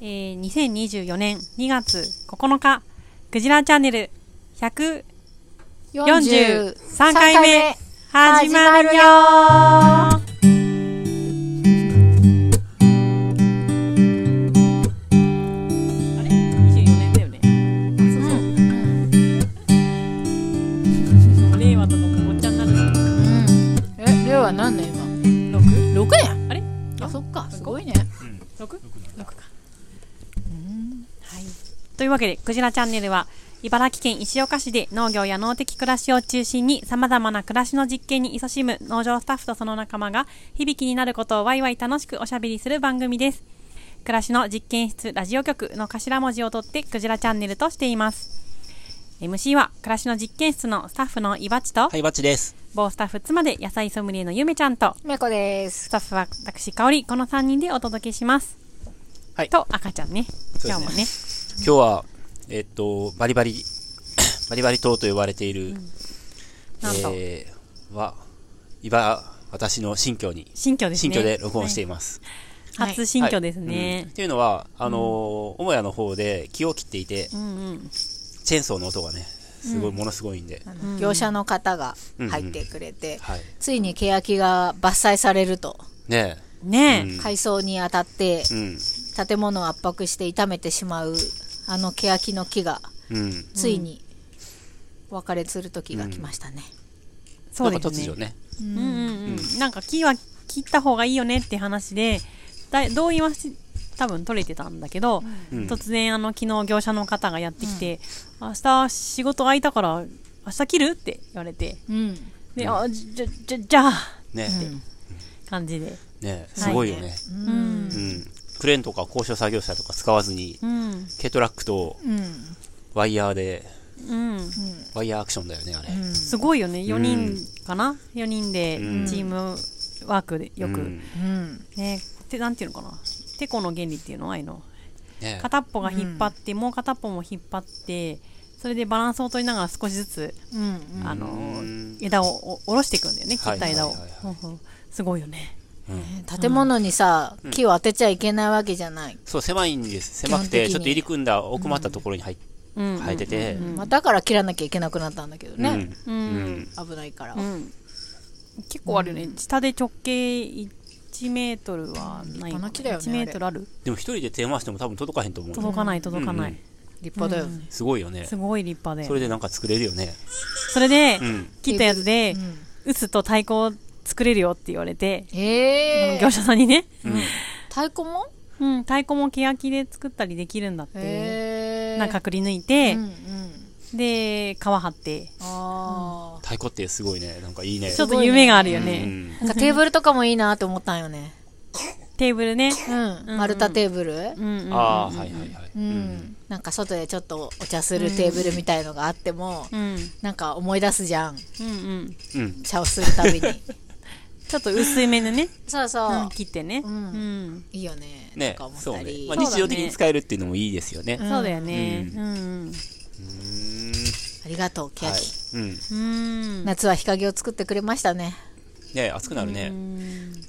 えー、2024年2月9日、クジラチャンネル143回目始まるよあれ ?24 年だよね。そうそう。令和とかもおっちゃんになるのえ、令和何年今 ?6? 六年あれあ、そっか、すごいね 6? 6か。はい。というわけで、クジラチャンネルは、茨城県石岡市で農業や農的暮らしを中心に様々な暮らしの実験に勤しむ農場スタッフとその仲間が響きになることをワイワイ楽しくおしゃべりする番組です。暮らしの実験室ラジオ局の頭文字を取ってクジラチャンネルとしています。MC は暮らしの実験室のスタッフのいばちと、はい、バッチです。某スタッフ妻で野菜ソムリエのゆめちゃんと、めこですスタッフは私、かおり、この3人でお届けします。はいと、赤ちゃんね。そうですね今日もね。今日は、えっと、バリ バリ、バリバリ島と呼ばれている、なんと、えー、は、今、私の新居に、新居ですね。新居で録音していまます。す。初新居ですねうんっ。ていうのは、あのー、母屋の方で木を切っていて、うんうん。チェーンソーの音がね、すごい、ものすごいんで、業者の方が入ってくれて、はい。ついに欅が伐採されるとねねえ。うん海藻に当たってえ、うん、建物を圧迫して傷めてしまうあの欅の木がうん。ついにお別れする時が来ましたね、そうなでんかす突ね如。ね、うんうんうん。なんか木は切った方がいいよねって話で、だ同意はし多分取れてたんだけど、うん突然あの昨日業者の方がやってきて、明日仕事空いたから明日切るって言われて、うんで、あ、じじゃ、じゃ、じゃあ、ね感じで。え、ねえ、すごいよね。うんう。ん。クレーンとか高所作業車とか使わずにう、ん。軽トラックとうんワイヤーで、うん。ワイヤーアクションだよね、あれ。すごいよね4人かな、4人でうんチームワークでよく、うんうんねてなんていうのかなてこの原理っていうのはああいうのねえ片っぽが引っ張って、もう片っぽも引っ張ってそれでバランスを取りながら少しずつ、うんあのうん枝をお下ろしていくんだよね切った枝を、はいはいはいはうんうんすごいよね建物にさ、木を当てちゃいけないわけじゃない、そう、狭いんです。狭基本く的て、にちょっと入り組んだ奥まったところに入っうん生えてて、まあ、だから切らなきゃいけなくなったんだけどね、うんうん危ないから、うん結構あるよね、下で直径1メートルはない立派な木だよね1メートルあるでも一人で手回しても多分届かへんと思う。届かない届かない、うんうん立派だよね、すごいよね。すごい立派でそれでなんか作れるよね。それで、うん切ったやつで、打つと太鼓を作れるよって言われて、ええ業者さんにね、太鼓もうん、太鼓も欅で作ったりできるんだって、ええなんかくり抜いうんてう、んで、皮張って、ああ、太鼓ってすごいね。なんかいいね。ちょっと夢があるよね。うんなんかテーブルとかもいいなって思ったんよねテーブルね。うん丸太テーブルうんうん。ああ、はいはいはい。うん、なんか外でちょっとお茶するテーブルみたいのがあっても、うん。なんか思い出すじゃんうんうん。うん。茶をするたびにちょっと薄めのね、そうそう、うん切ってね。ううんん。いいよねねとか思っそうたねり。まあそうだね日常的に使えるっていうのもいいですよね。うそうだよね。うんん。ありがとうケヤはいキ、。うん。ねうん。夏は日陰を作ってくれましたねえ暑くなるね。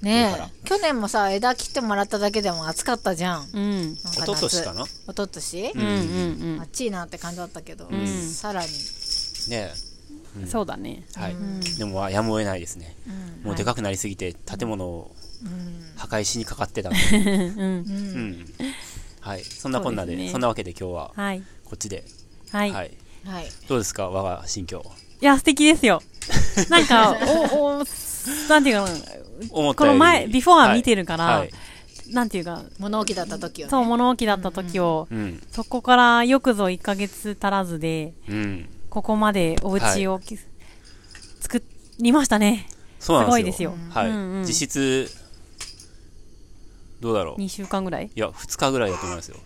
ねだからえ去年もさ枝切ってもらっただけでも暑かったじゃんうん。なん一昨年かな夏一昨年、うんうんあっちいなって感じだったけど、んさらにねうん。そうだね。え。はい。でも、やむを得ないですね。もうでかくなりすぎて、建物を破壊しにかかってたんで。うん。うん。はい。そんなこんなそうでで、すねそんなわけで今日は、はい。こっちで。は。はいい。はいどうですか我が心境。いや、素敵ですよ。なんか、お、お、なんていうかな、思ったこよのり前、ビフォーは見てるから、はいはいなんていうか、物置だった時よねそう、物置だった時を、うん。そこからよくぞ1ヶ月足らずで、うん。ここまでお家をき、作りましたね。そうなんですよ。すごいですよはい。うんうん実質、どうだろう。 2週間ぐらい。いや、2日ぐらいだと思いますよ。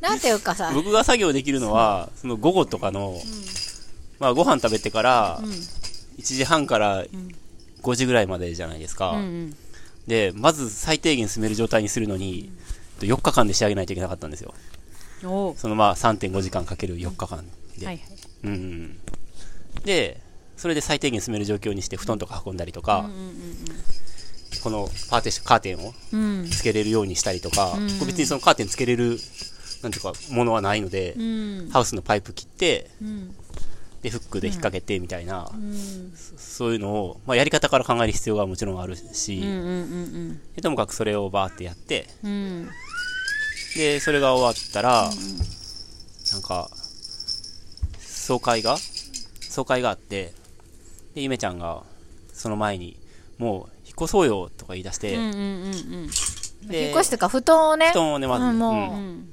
なんていうかさ僕が作業できるのは、その午後とかの、まあご飯食べてから、1時半から5時ぐらいまでじゃないですか。うんうん。で、まず最低限進める状態にするのに、4日間で仕上げないといけなかったんですよ。おうそのまあ3.5時間かける4日間で。はい。うんうんでそれで最低限進める状況にして布団とか運んだりとか、うんうんうんこのパーテーションカーテンをうんつけれるようにしたりとか、うんこう別にそのカーテンつけれるなんていうかものはないので、うんハウスのパイプ切ってうんでフックで引っ掛けてみたいな、うんそういうのを、まあ、やり方から考える必要がもちろんあるし、うんうんでともかくそれをバーってやってうんうんでそれが終わったら、なんか総会が総会があってでゆめちゃんがその前にもう引っ越そうよとか言い出して、うんうんうんで引っ越してか布団をね布団をねまず、うんもううん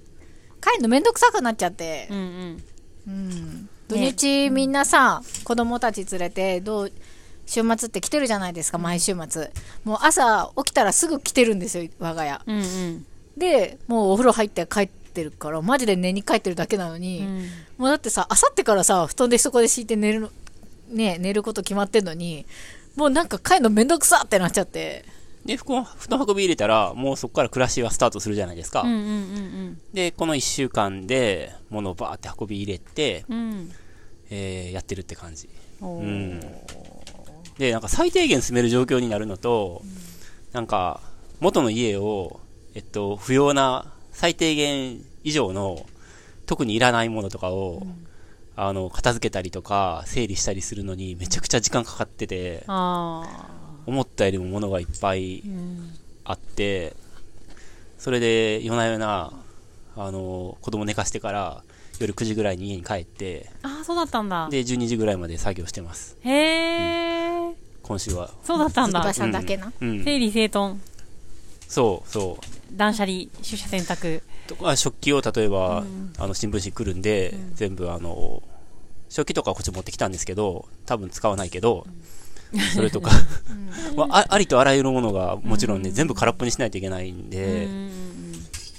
帰るのめんどくさくなっちゃって、んうんうん土日みんなさ、子供たち連れてどう週末って来てるじゃないですか毎週末もう朝起きたらすぐ来てるんですよ我が家うんうんでもうお風呂入って帰ってるからマジで寝に帰ってるだけなのに、うんもうだってさあさってからさ布団でそこで敷いて寝るのね寝ること決まってんのにもうなんか帰るのめんどくさってなっちゃってで布団布団運び入れたらもうそこから暮らしはスタートするじゃないですか、うんうんでこの1週間で物をバーって運び入れて、うんうんえーやってるって感じおうーんでなんか最低限住める状況になるのと、なんか元の家をえっと不要な最低限以上の特にいらないものとかを、あの片付けたりとか整理したりするのにめちゃくちゃ時間かかっててあ思ったよりも物がいっぱいーうんあって、それで夜な夜な、あの、子供寝かしてから夜9時ぐらいに家に帰って、あーそうだったんだで、12時ぐらいまで作業してます。へえ今週は。そうだったんだ場所だけな、うん。整理整頓そう、そう。断捨離取捨選択とか食器を例えば、あの、新聞紙来るんで、全部あの、食器とかはこっち持ってきたんですけど、多分使わないけど、それ とか、 まあ、あありとあらゆるものがもちろんね、全部空っぽにしないといけないんで、うん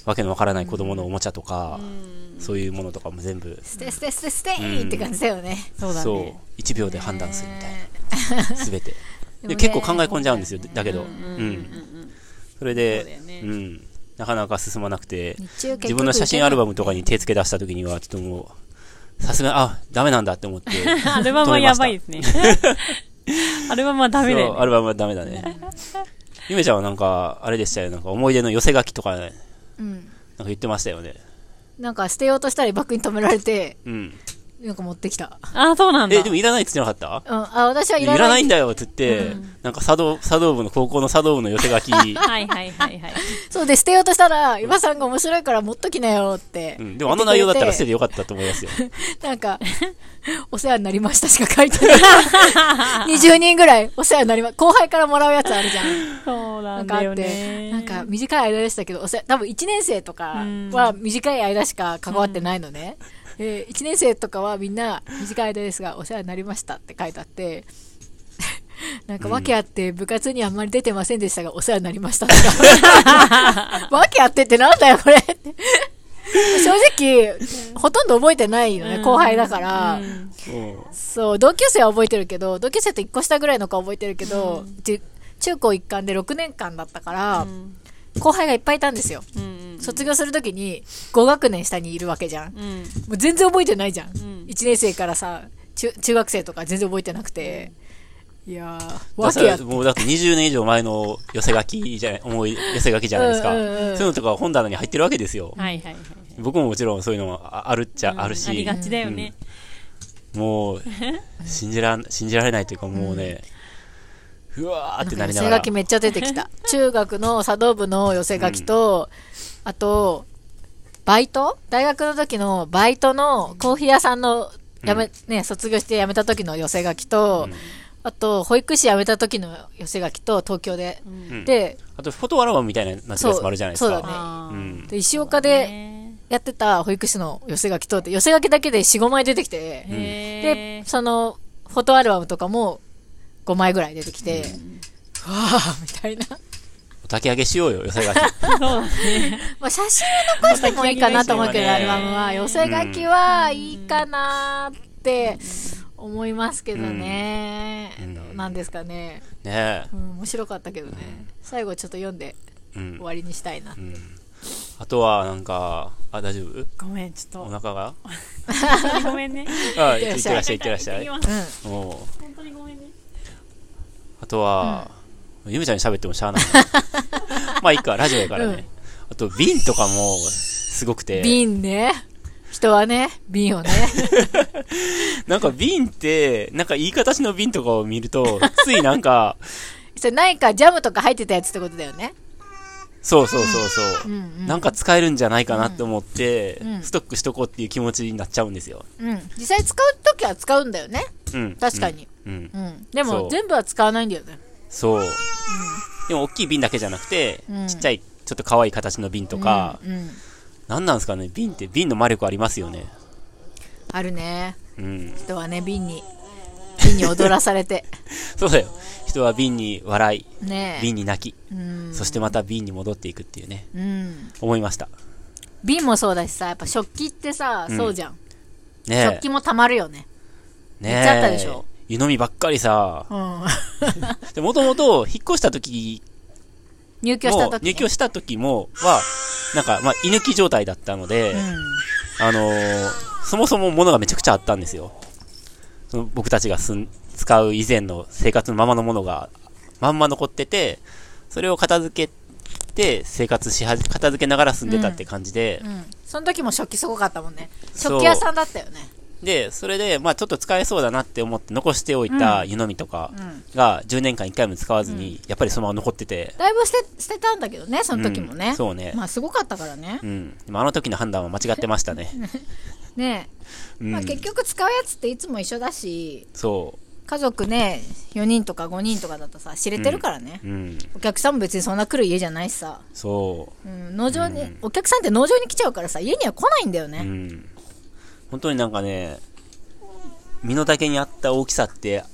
わけのわからない子供のおもちゃとか、そういうものとかも全部捨て捨て捨て捨てって感じだよね、そうだね1秒で判断するみたいねな すべてでもでね結構考え込んじゃうんですよだけどううんうんんうんそそれうだでよねうんなかなか進まなくて日中結局自分の写真アルバムとかに手つけ出した時にはちょっともうさすがにあダメなんだって思って アルバムはやばいですね。アルバムはダメだそうよアルバムはダメだねゆめちゃんはなんかあれでしたよなんか思い出の寄せ書きとかなんかうん言ってましたよねなんか捨てようとしたりバッグに止められてうんなんか持ってきた、あ、そうなんだ。えでもいらないって言ってなかったうん、あ私はいいらないらないんだよって言って、なんか茶道、茶道部の、高校の茶道部の寄せ書 き、はいはいはいはい。そうで捨てようとしたら岩さんが面白いから持っときなよって、うん、でもあの内容だったら捨てててよかったと思いますよ。 なんかお世話になりましたしか書いてない20人ぐらいお世話になりま後輩からもらうやつあるじゃんそうななんんかだあよってね。なんか短い間でしたけどお世話多分1年生とかは短い間しか関わってないのね、で1年生とかはみんな短い間ですがお世話になりましたって書いてあって なんか訳あって部活にあんまり出てませんでしたがお世話になりましたとか訳あってってなんだよこれって正直ほとんど覚えてないのね後輩だから、うんそう同級生は覚えてるけど同級生と1個下ぐらいの子は覚えてるけど、うち中高一貫で6年間だったから、ん後輩がいっぱいいたんですよ、うん卒業するときに5学年下にいるわけじゃん、もうん。う全然覚えてないじゃん、ん1年生からさ中中学生とか全然覚えてなくて、いやーだわかけやらっもうだって20年以上前の寄せ書きじゃない、思い寄せ書きじゃないですか。うんうんうんそういうのとか本棚に入ってるわけですよ。はいはいはい。僕ももちろんそういうのもああるっちゃあるし、ありがちだよね。もう、信じらん、信じられないというかもうね、うわーってな寄りなせ書がらき。めっちゃ出てき た中学の茶道部の寄せ書きと、あとバイト大学の時のバイトのコーヒー屋さんのやめ、ね、卒業して辞めた時の寄せ書きと、あと保育士辞めた時の寄せ書きと東京で、うんであと、フォトアルバムみたいななってるやつもあるじゃないですそうだねか。あうーん。で石岡でねやってた保育士の寄せ書きとって寄せ書きだけで45枚出てきて、へでーそのフォトアルバムとかも5枚ぐらい出てきて、 わあみたいな。お焚き上げしようよ、寄せ書き。そうだね。まあ、写真を残してもいいかなと思うけど、まあアルバムは。寄せ書きはいいかなって思いますけどね。うんなんですかね。 ねうん、面白かったけどね。最後ちょっと読んでえ。うん終。わりにしたいな。あとは、なんか、あ、大丈夫ごめん、ちょおっ腹がと。ごめんね。あ、 いいっっててららっっししゃゃい、いってらっしゃい。行ってきますうん。もう本当にごめんね。あとは、ゆめちゃんに喋ってもしゃあ ない。まあいいか、ラジオやからね。あと、瓶とかも、すごくて。瓶ね。人はね、瓶をね。なんか瓶って、なんかいい形の瓶とかを見ると、 ついなんか、それ何かジャムとか入ってたやつってことだよね。そうそうそうそうう。んうん。なんか使えるんじゃないかなって思って、うんストックしとこうっていう気持ちになっちゃうんですよ。うん。実際使うときは使うんだよね。うん。確かに。うん。うん。うん。でそもう全部は使わないんだよね。そう。でも大きい瓶だけじゃなくて、うんちっちゃい、ちょっと可愛い形の瓶とか、うんうん。なんなんですかね、瓶って瓶の魔力ありますよね。あるね。うん。人はね、瓶に、瓶に踊らされて。そうだよ。人は瓶に笑い、ねえ。瓶に泣き、うん。そしてまた瓶に戻っていくっていうね、うん。思いました。瓶もそうだしさ、やっぱ食器ってさ、うんそうじゃん。ねえ。食器もたまるよね。ねえ。めっちゃあったでしょ湯飲みばっかりさ。うん。 で、もともと、引っ越した時入居したもと、き、ね。入居した時も、は、なんか、まあ、居抜き状態だったので、うあのーそもそも物がめちゃくちゃあったんですよ。その僕たちがすん、使う以前の生活のままのものが、まんま残ってて、それを片付けて、生活しはじ、片付けながら住んでたって感じで、ん。うん。その時も食器すごかったもんね。そう食器屋さんだったよね。で、それで、まあちょっと使えそうだなって思って残しておいた湯飲みとかうん。が、10年間1回も使わずに、やっぱりそのまま残ってて、だいぶ捨て、捨てたんだけどね、その時もうねん。そうね。まあすごかったからねう。ん。でもあの時の判断は間違ってましたね。ねえ。うんまあ。結局使うやつっていつも一緒だし、そ家族ね、4人とか5人とかだとさ、知れてるからね。う。うん。お客さんも別にそんな来る家じゃないしさ。そうん、農場に、うんお客さんって農場に来ちゃうからさ、家には来ないんだよう。うね。ん。本当になんかね、身の丈に合った大きさって、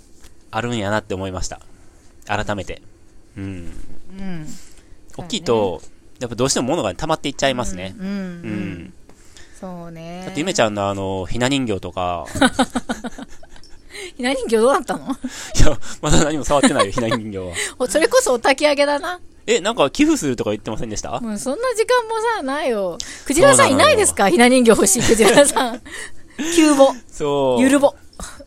あるんやなって思いました。改めて。うん。うん。大きいと、やっぱどうしても物が溜まっていっちゃいますね。うん、うんううんん。そうね。だってゆめちゃんのあの、ひな人形と か、ひな人形どうなったの いや、まだ何も触ってないよ、ひな人形は。おそれこそお焚き上げだな。え、なんか寄付するとか言ってませんでしたもうそんな時間もさ、ないよ。クジラさんそいうなのよないですかひな人形欲しいクジラさ ん。急募。そう。ゆるぼ。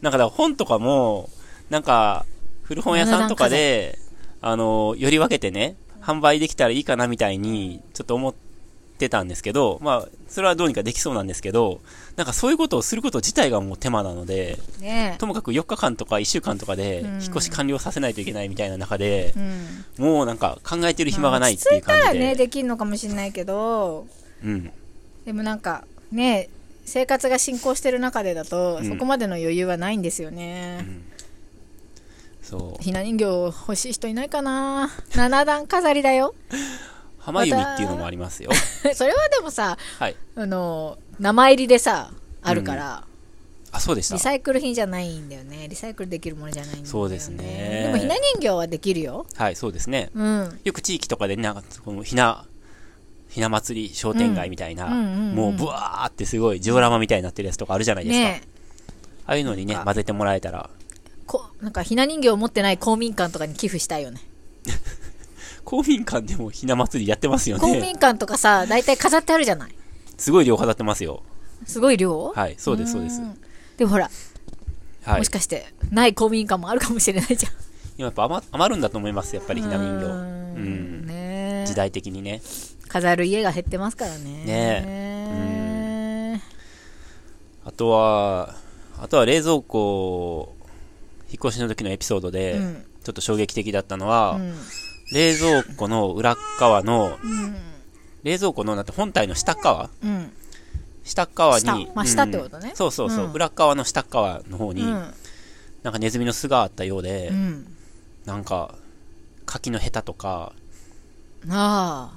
なんかだから本とかも、なんか、古本屋さんとかで、あの、より分けてね、販売できたらいいかなみたいに、ちょっと思ってたんですけど、まあ、それはどうにかできそうなんですけど、なんかそういうことをすること自体がもう手間なので、ねともかく4日間とか1週間とかで、うん引っ越し完了させないといけないみたいな中でえ。う、ん。もうなんか考えてる暇がないっていうまあ感落ち着じいたらね、で。できんのかもしれないけど、うん。でもなんか、ねえ生活が進行してる中でだと、うんそこまでの余裕はないんですよね。そう。ひな人形欲しい人いないかな七段飾りだよ 浜由美っていうのもあります よ。それはでもさはい。あの名前入りでさあるから、あ、そうでしリた。サイクル品じゃないんだよねリサイクルできるものじゃないんだよねそうですねでもひな人形はできるよはい、そうですね。うんよく地域とかでね、なんか、このひな、ひな祭り商店街みたいな、うんうんうんうんもうブワーってすごいジオラマみたいになってるやつとかあるじゃないですか。ねえああいうのにね、なんか混ぜてもらえたら。こなんかひな人形を持ってない公民館とかに寄付したいよね公民館でもひな祭りやってますよ公ね。民館とかさ大体飾ってあるじゃないすごい量飾ってますよ。すごい量はい、そうです、そうです。んでもほら、はいもし。かしてない公民館もあるかもしれないじゃん今やっぱ余余るんだと思います、やっぱりひな人形。ううんん。ねえ時代的にね。飾る家が減ってますからねねあとは、あとは冷蔵庫、引っ越しの時のエピソードで、うんちょっと衝撃的だったのは、うん冷蔵庫の裏っ側の、うん冷蔵庫のなんて本体の下っ側うん下っ側に下まあうん下ってことねそうそうそう、うん裏っ側の下っ側の方に、うんなんかネズミの巣があったようで、うんなんか柿のヘタとかあ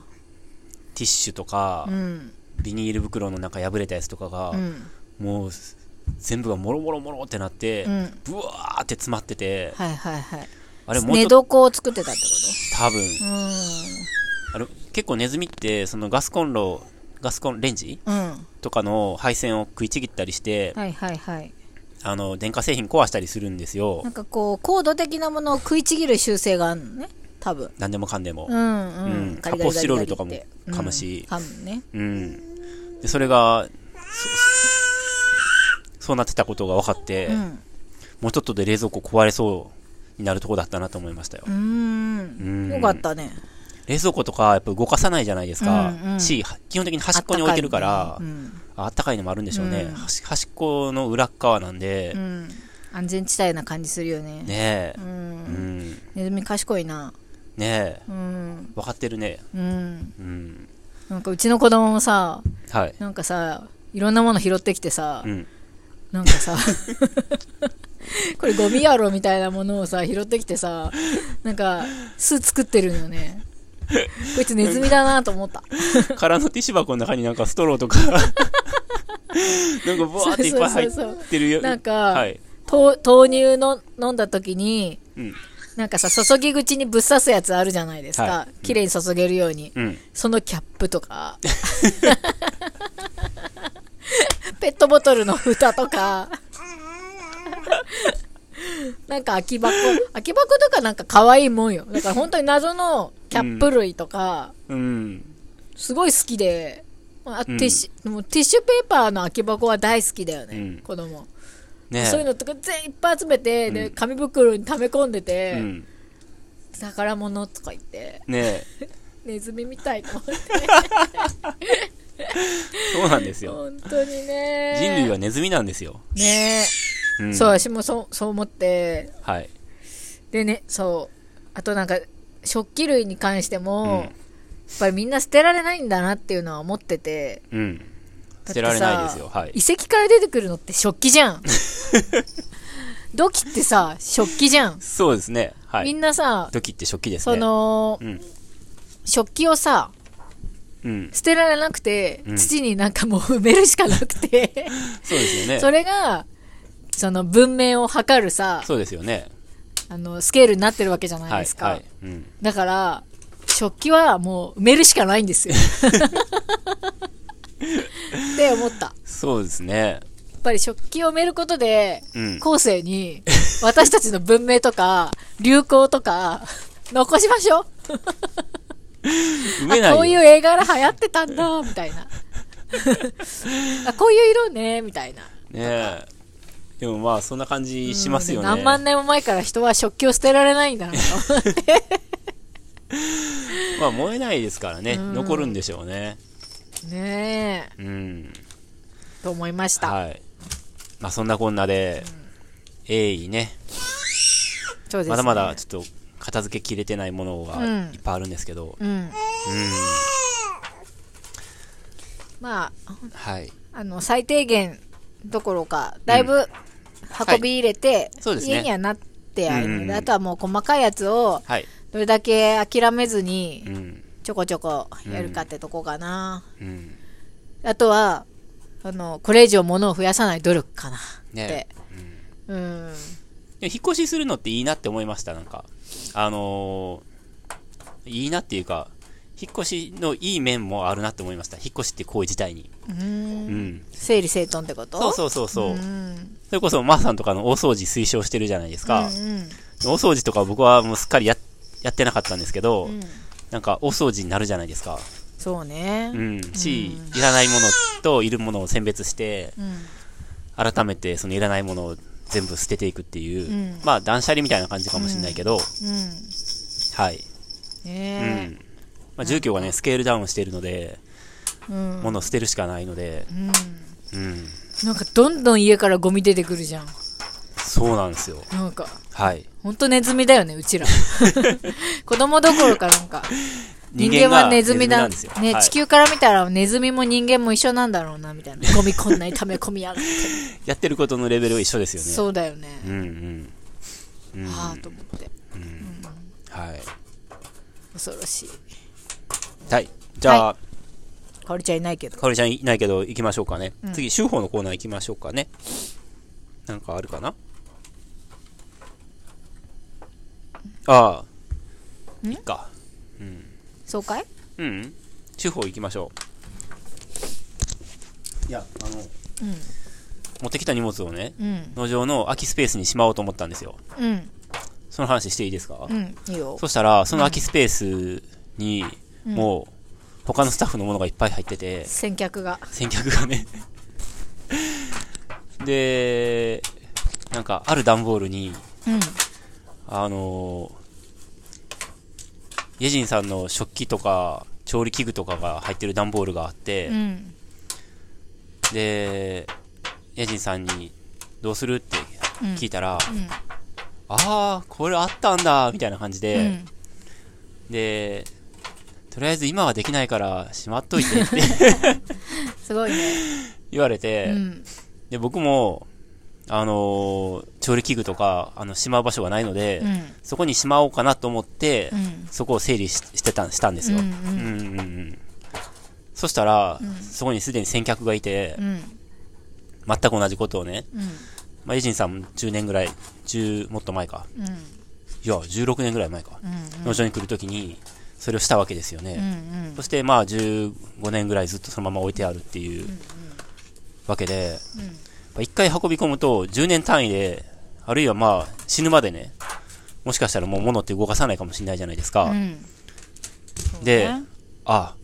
ティッシュとかあ、うんビニール袋のなんか破れたやつとかが、うんもう全部がもろもろもろってなって、うんブワーって詰まってて、はいはいはいあれもう寝ちょっと床を作ってたってこ多分とあれ結構ネズミってそのガスコンロガスコンレンジうんうんとかの配線を食いちぎったりして、はいはいはいあの電化製品壊したりするんですよなんかこう高度的なものを食いちぎる習性があるのね多分何でもかんでも、うんううんんガリガリガリガリって発泡スチロールとかも噛むしうん噛むねうん。で、それが、そそそうなってたことが分かって、うんもうちょっとで冷蔵庫壊れそうになるとこだったなと思いましたよう。んうんよかったね冷蔵庫とかやっぱ動かさないじゃないですか。うんうんし、基本的に端っこに置いてるかあっら、たいねあったかいのもあるんでしょうね。うん端端っこの裏っ側なんで、うんうん安全地帯な感じするよねねえう、うんん、ねネズミ賢いなえ、うん分かってるね。うんうん。なんかうちの子供もさはい。なんかさいろんなもの拾ってきてさ、うん。なんかさ これゴミやろみたいなものをさ拾ってきてさなんか巣作ってるのよねこいつネズミだなと思った 空のティッシュ箱の中になんかストロー とか、なんかボワーっていっぱい入ってるよ。なんか、はい。と豆乳の飲んだ時にうん。なんかさ注ぎ口にぶっ刺すやつあるじゃないですか、は綺麗に注げるように、うん。そのキャップとかペットボトルの蓋とかなんか空き箱空き箱とかなんか可愛いもんよだから本当に謎のキャップ類とか、うん。すごい好きであテうィんッシュ、もうティッシュペーパーの空き箱は大好きだよね、うん子供ねえ。そういうのとか全員いっぱい集めて、うでん紙袋に溜め込んでて、うん。宝物とか言ってねえ。ネズミみたいと思ってそうなんですよ。本当にね人類はネズミなんですよ。ねうえ、ん。そう私もそうそう思ってはい。でねそうあとなんか食器類に関しても、うんやっぱりみんな捨てられないんだなっていうのは思っててうん。だっ捨てさてられないですよ。はい。遺跡から出てくるのって食器じゃん土器ってさ食器じゃん、そうですね。はみいん。なさ土器って食器ですね。その、うん。食器をさうん。捨てられなくて、うん土になんかもう埋めるしかなくてそうです よね。それがその文明を図るさそうですよね。あのスケールになってるわけじゃないはでい。すか、はい。うん。だから食器はもう埋めるしかないんです よって思ったやそうですね。っぱり食器を埋めることで、うん後世に私たちの文明とか流行とか残しましょう埋めないあよ。こういう絵柄流行ってたんだみたいなあこういう色ねみたいなねえ。でもまあ、そんな感じしますよね。何万年も前から人は食器を捨てられないんだなとまあ、燃えないですからね。残るんでしょうね。ねえうん。と思いました、はい。まあ、そんなこんなで、鋭意ね、そうですねまだまだちょっと片付けきれてないものうんがいっぱいあるんですけど、うんうん。まあはい。あの最低限どころかだいぶ運び入れて、そうですね家にはなってあるので、うんあとはもう細かいやつをはい。どれだけ諦めずうにん。ちょこちょこやるかってとこかな、うん。あとはあのこれ以上物を増やさない努力かなってね、うんでも引っ越しするのっていいなって思いました、なんか。あのーいいなっていうか、引っ越しのいい面もあるなって思いました。引っ越しって行為自体に。うんうん。整理整頓ってことそうそうそうそう。んそれこそ、まーさんとかの大掃除推奨してるじゃないですか。うんうん大掃除とか僕はもうすっかりややってなかったんですけど、うんなんか大掃除になるじゃないですか。そうねう、ん。し、いらないものといるものを選別して、うん改めてそのいらないものを全部捨てていくっていう、うんまあ断捨離みたいな感じかもしれないけど、うんはい。うねん。まあ住居がね、スケールダウンしているので、えうん、物を捨てるしかないので、うん、うん。なんかどんどん家からゴミ出てくるじゃんそうなんですよ。なんかはい。ほんとネズミだよね、う ちら。子供どころかなんか。人間はネズミだ。人間がネズミなんですよ。ね、はい地球から見たらネズミも人間も一緒なんだろうな、みたいな。 ゴミこんなに溜め込みやがって。やってることのレベルは一緒ですよね。そうだよね。うんうん。うん。はあと思って。はい。恐ろしい。はい。じゃあ、かおりちゃんいないけど。かおりちゃんいないけど行きましょうかね。次、週報のコーナー行きましょうかね。なんかあるかなああ。いいか。そうかいうん。週報行きましょう。いや、あの、持ってきた荷物をね、うん。農場の空きスペースにしまおうと思ったんですよ。うん。その話していいですか、うん。いいよ。そしたら、その空きスペースに、もう、他のスタッフのものがいっぱい入ってて、先客が。先客がね。で、なんか、ある段ボールに、うん。あのー、イェジンさんの食器とか、調理器具とかが入ってる段ボールがあって、うんで、イェジンさんに、どうするってうん聞いたら、うんああ、これあったんだ、みたいな感じうで、んで、とりあえず今はできないから、しまっといてって すごいね言われうて、んで、僕も、あのー調理器具とか、あの、しまう場所がないので、うんそこにしまおうかなと思って、うんそこを整理ししてたん、したんですよ。ううんんううんんうんうん。そしたら、うんそこにすでに先客がいてう、ん全く同じことをね、うんまあ、エジンさんも10年ぐらい、10、もっと前か。うんいや、16年ぐらい前か。うん農場に来るときに、それをしたわけですようね。んそして、まあ、15年ぐらいずっとそのまま置いてあるっていうわけで、うんまあ一回運び込むと10年単位で、あるいはまあ死ぬまでね、もしかしたらもう物って動かさないかもしれないじゃないですか。うんで、ああ、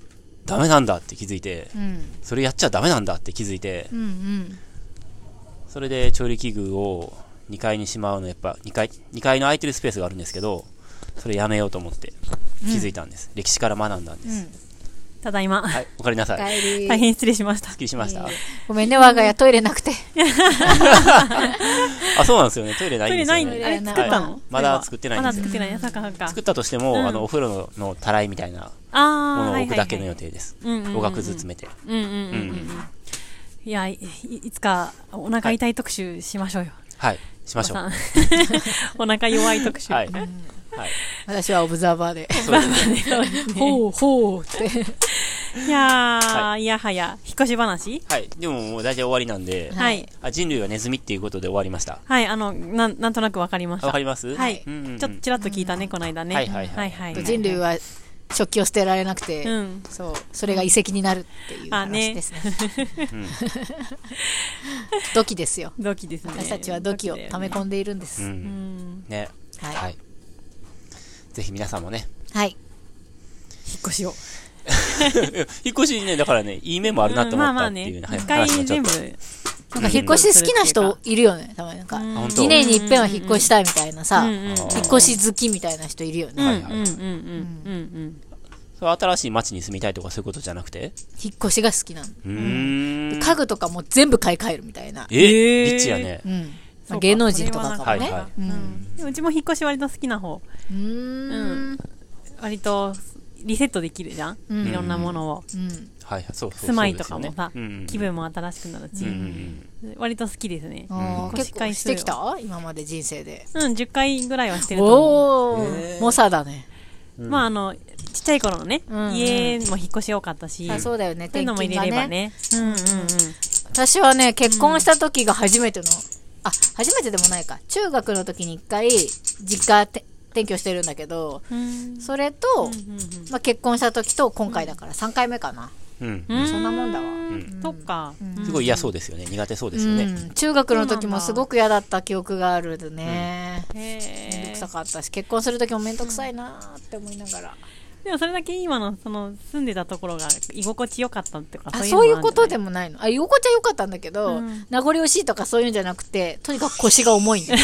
ダメなんだって気づいて、うんそれやっちゃダメなんだって気づいてう、んそれで調理器具を2階にしまうの、やっぱ2階、2階の空いてるスペースがあるんですけど、それやめようと思って気づいたんです。歴史から学んだんです。ただいま、はい、おかえりなさい。帰り大変失礼しましたすっ。きりしました。ごめんね我が家トイレなくてあ、そうなんですよね。トイレないんトイでレないすよね。のトイレあれ作ったはのいまだ作ってないんまでだすよ作ってない。そかそか。作ったとしても、うんあの、お風呂ののたらいみたいあなもあ、のをはい置はくいだけのはい予定です。うんうんうん5額ずつ詰めて。うんうんうんうんううんん。いやい、いいつかお腹痛い特集しましょうよ。はい。しましょう。おはばさん お腹弱い特集。い。はい。私はオブザーバーでそうですね。ほうほうっていやー、、はいやはや、引っ越し話はい。でももう大体終わりなんで、ははいい。あ、人類はネズミっていうことで終わりました。はい、あの、なん、なんとなくわかりましあわた。かりますはいうんうんうんちょっとちらっと聞いたね、この間ね。はいはいはいはい人類。は食器を捨てられなくて、うん。そうそれが遺跡になるっていうあね話ですねうん土器ですよ土器ですね。私たちは土器を溜め込んでいるんでう。す、うんん。ね。はい、はい。ぜひ皆さんもね。 はい引っ越しを。引っ越しにね、だからね、いい面もあるなと思まあっまたあっていうねね、はい、、一回話になっちゃ全っ部。なんか引っ越し好きな人いるよねたまになんかうん本当1年に一遍は引っ越したいみたいなさ、うんうんうんた。引っ越し。し好きみたいな人いるようね、んうはんいうんはうんいうんそう新しい街に住みたいとかそういうことじゃなくて引っ越しが好きなの、うーん。家具とかも全部買い替えるみたいな、ええーリッチやねう。んそまうあ、か芸能人とかそかれはなもねんはいはういん、うん。でもうちも引っ越し割と好きな方。うーん割とリセットできるじゃん、うんいろんなものを。うんはいはい、そうそうそう。住まいとかもさ、そうですよねうん気分も新しくなるし、うんうん割と好きですね。あーうん結構してき引た今まで人生でうん、10回ぐらいはしてると思おお、へー猛者だね、う。まあ、あの、ちっちゃい頃のね、うんうん家も引っ越し多かったし、あそうだよねそういう転のも勤入がれればねね。うんうんうん。私はね結婚した時が初めての、あ初めてでもないか中学の時に一回実家て転居してるんだけどうんそれと、うんうんまあ、結婚した時と今回だから3回目かな、うん。うんそんなもんだわんそっか。うんすごい嫌そうですよね。苦手そうですよね。うん、中学の時もすごく嫌だった記憶があるでね、へめんどくさーかったし結婚する時もめんどくさいなーって思いながら、でもそれだけ今のその住んでたところが居心地良かったっていうかあそういうことでももないのあ居心地は良かったんだけど、うん名残惜しいとかそういうんじゃなくてとにかく腰が重い んだよ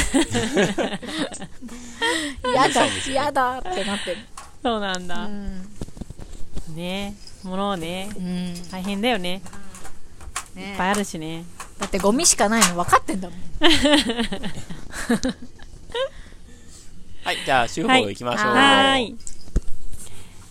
嫌だ嫌だってなってるそうなんうだ、ん、ねものをねうん大変だよねいっぱいね、あるしねだってゴミしかないの分かってんだもんはい、じゃあ、週報行きましょう。はーい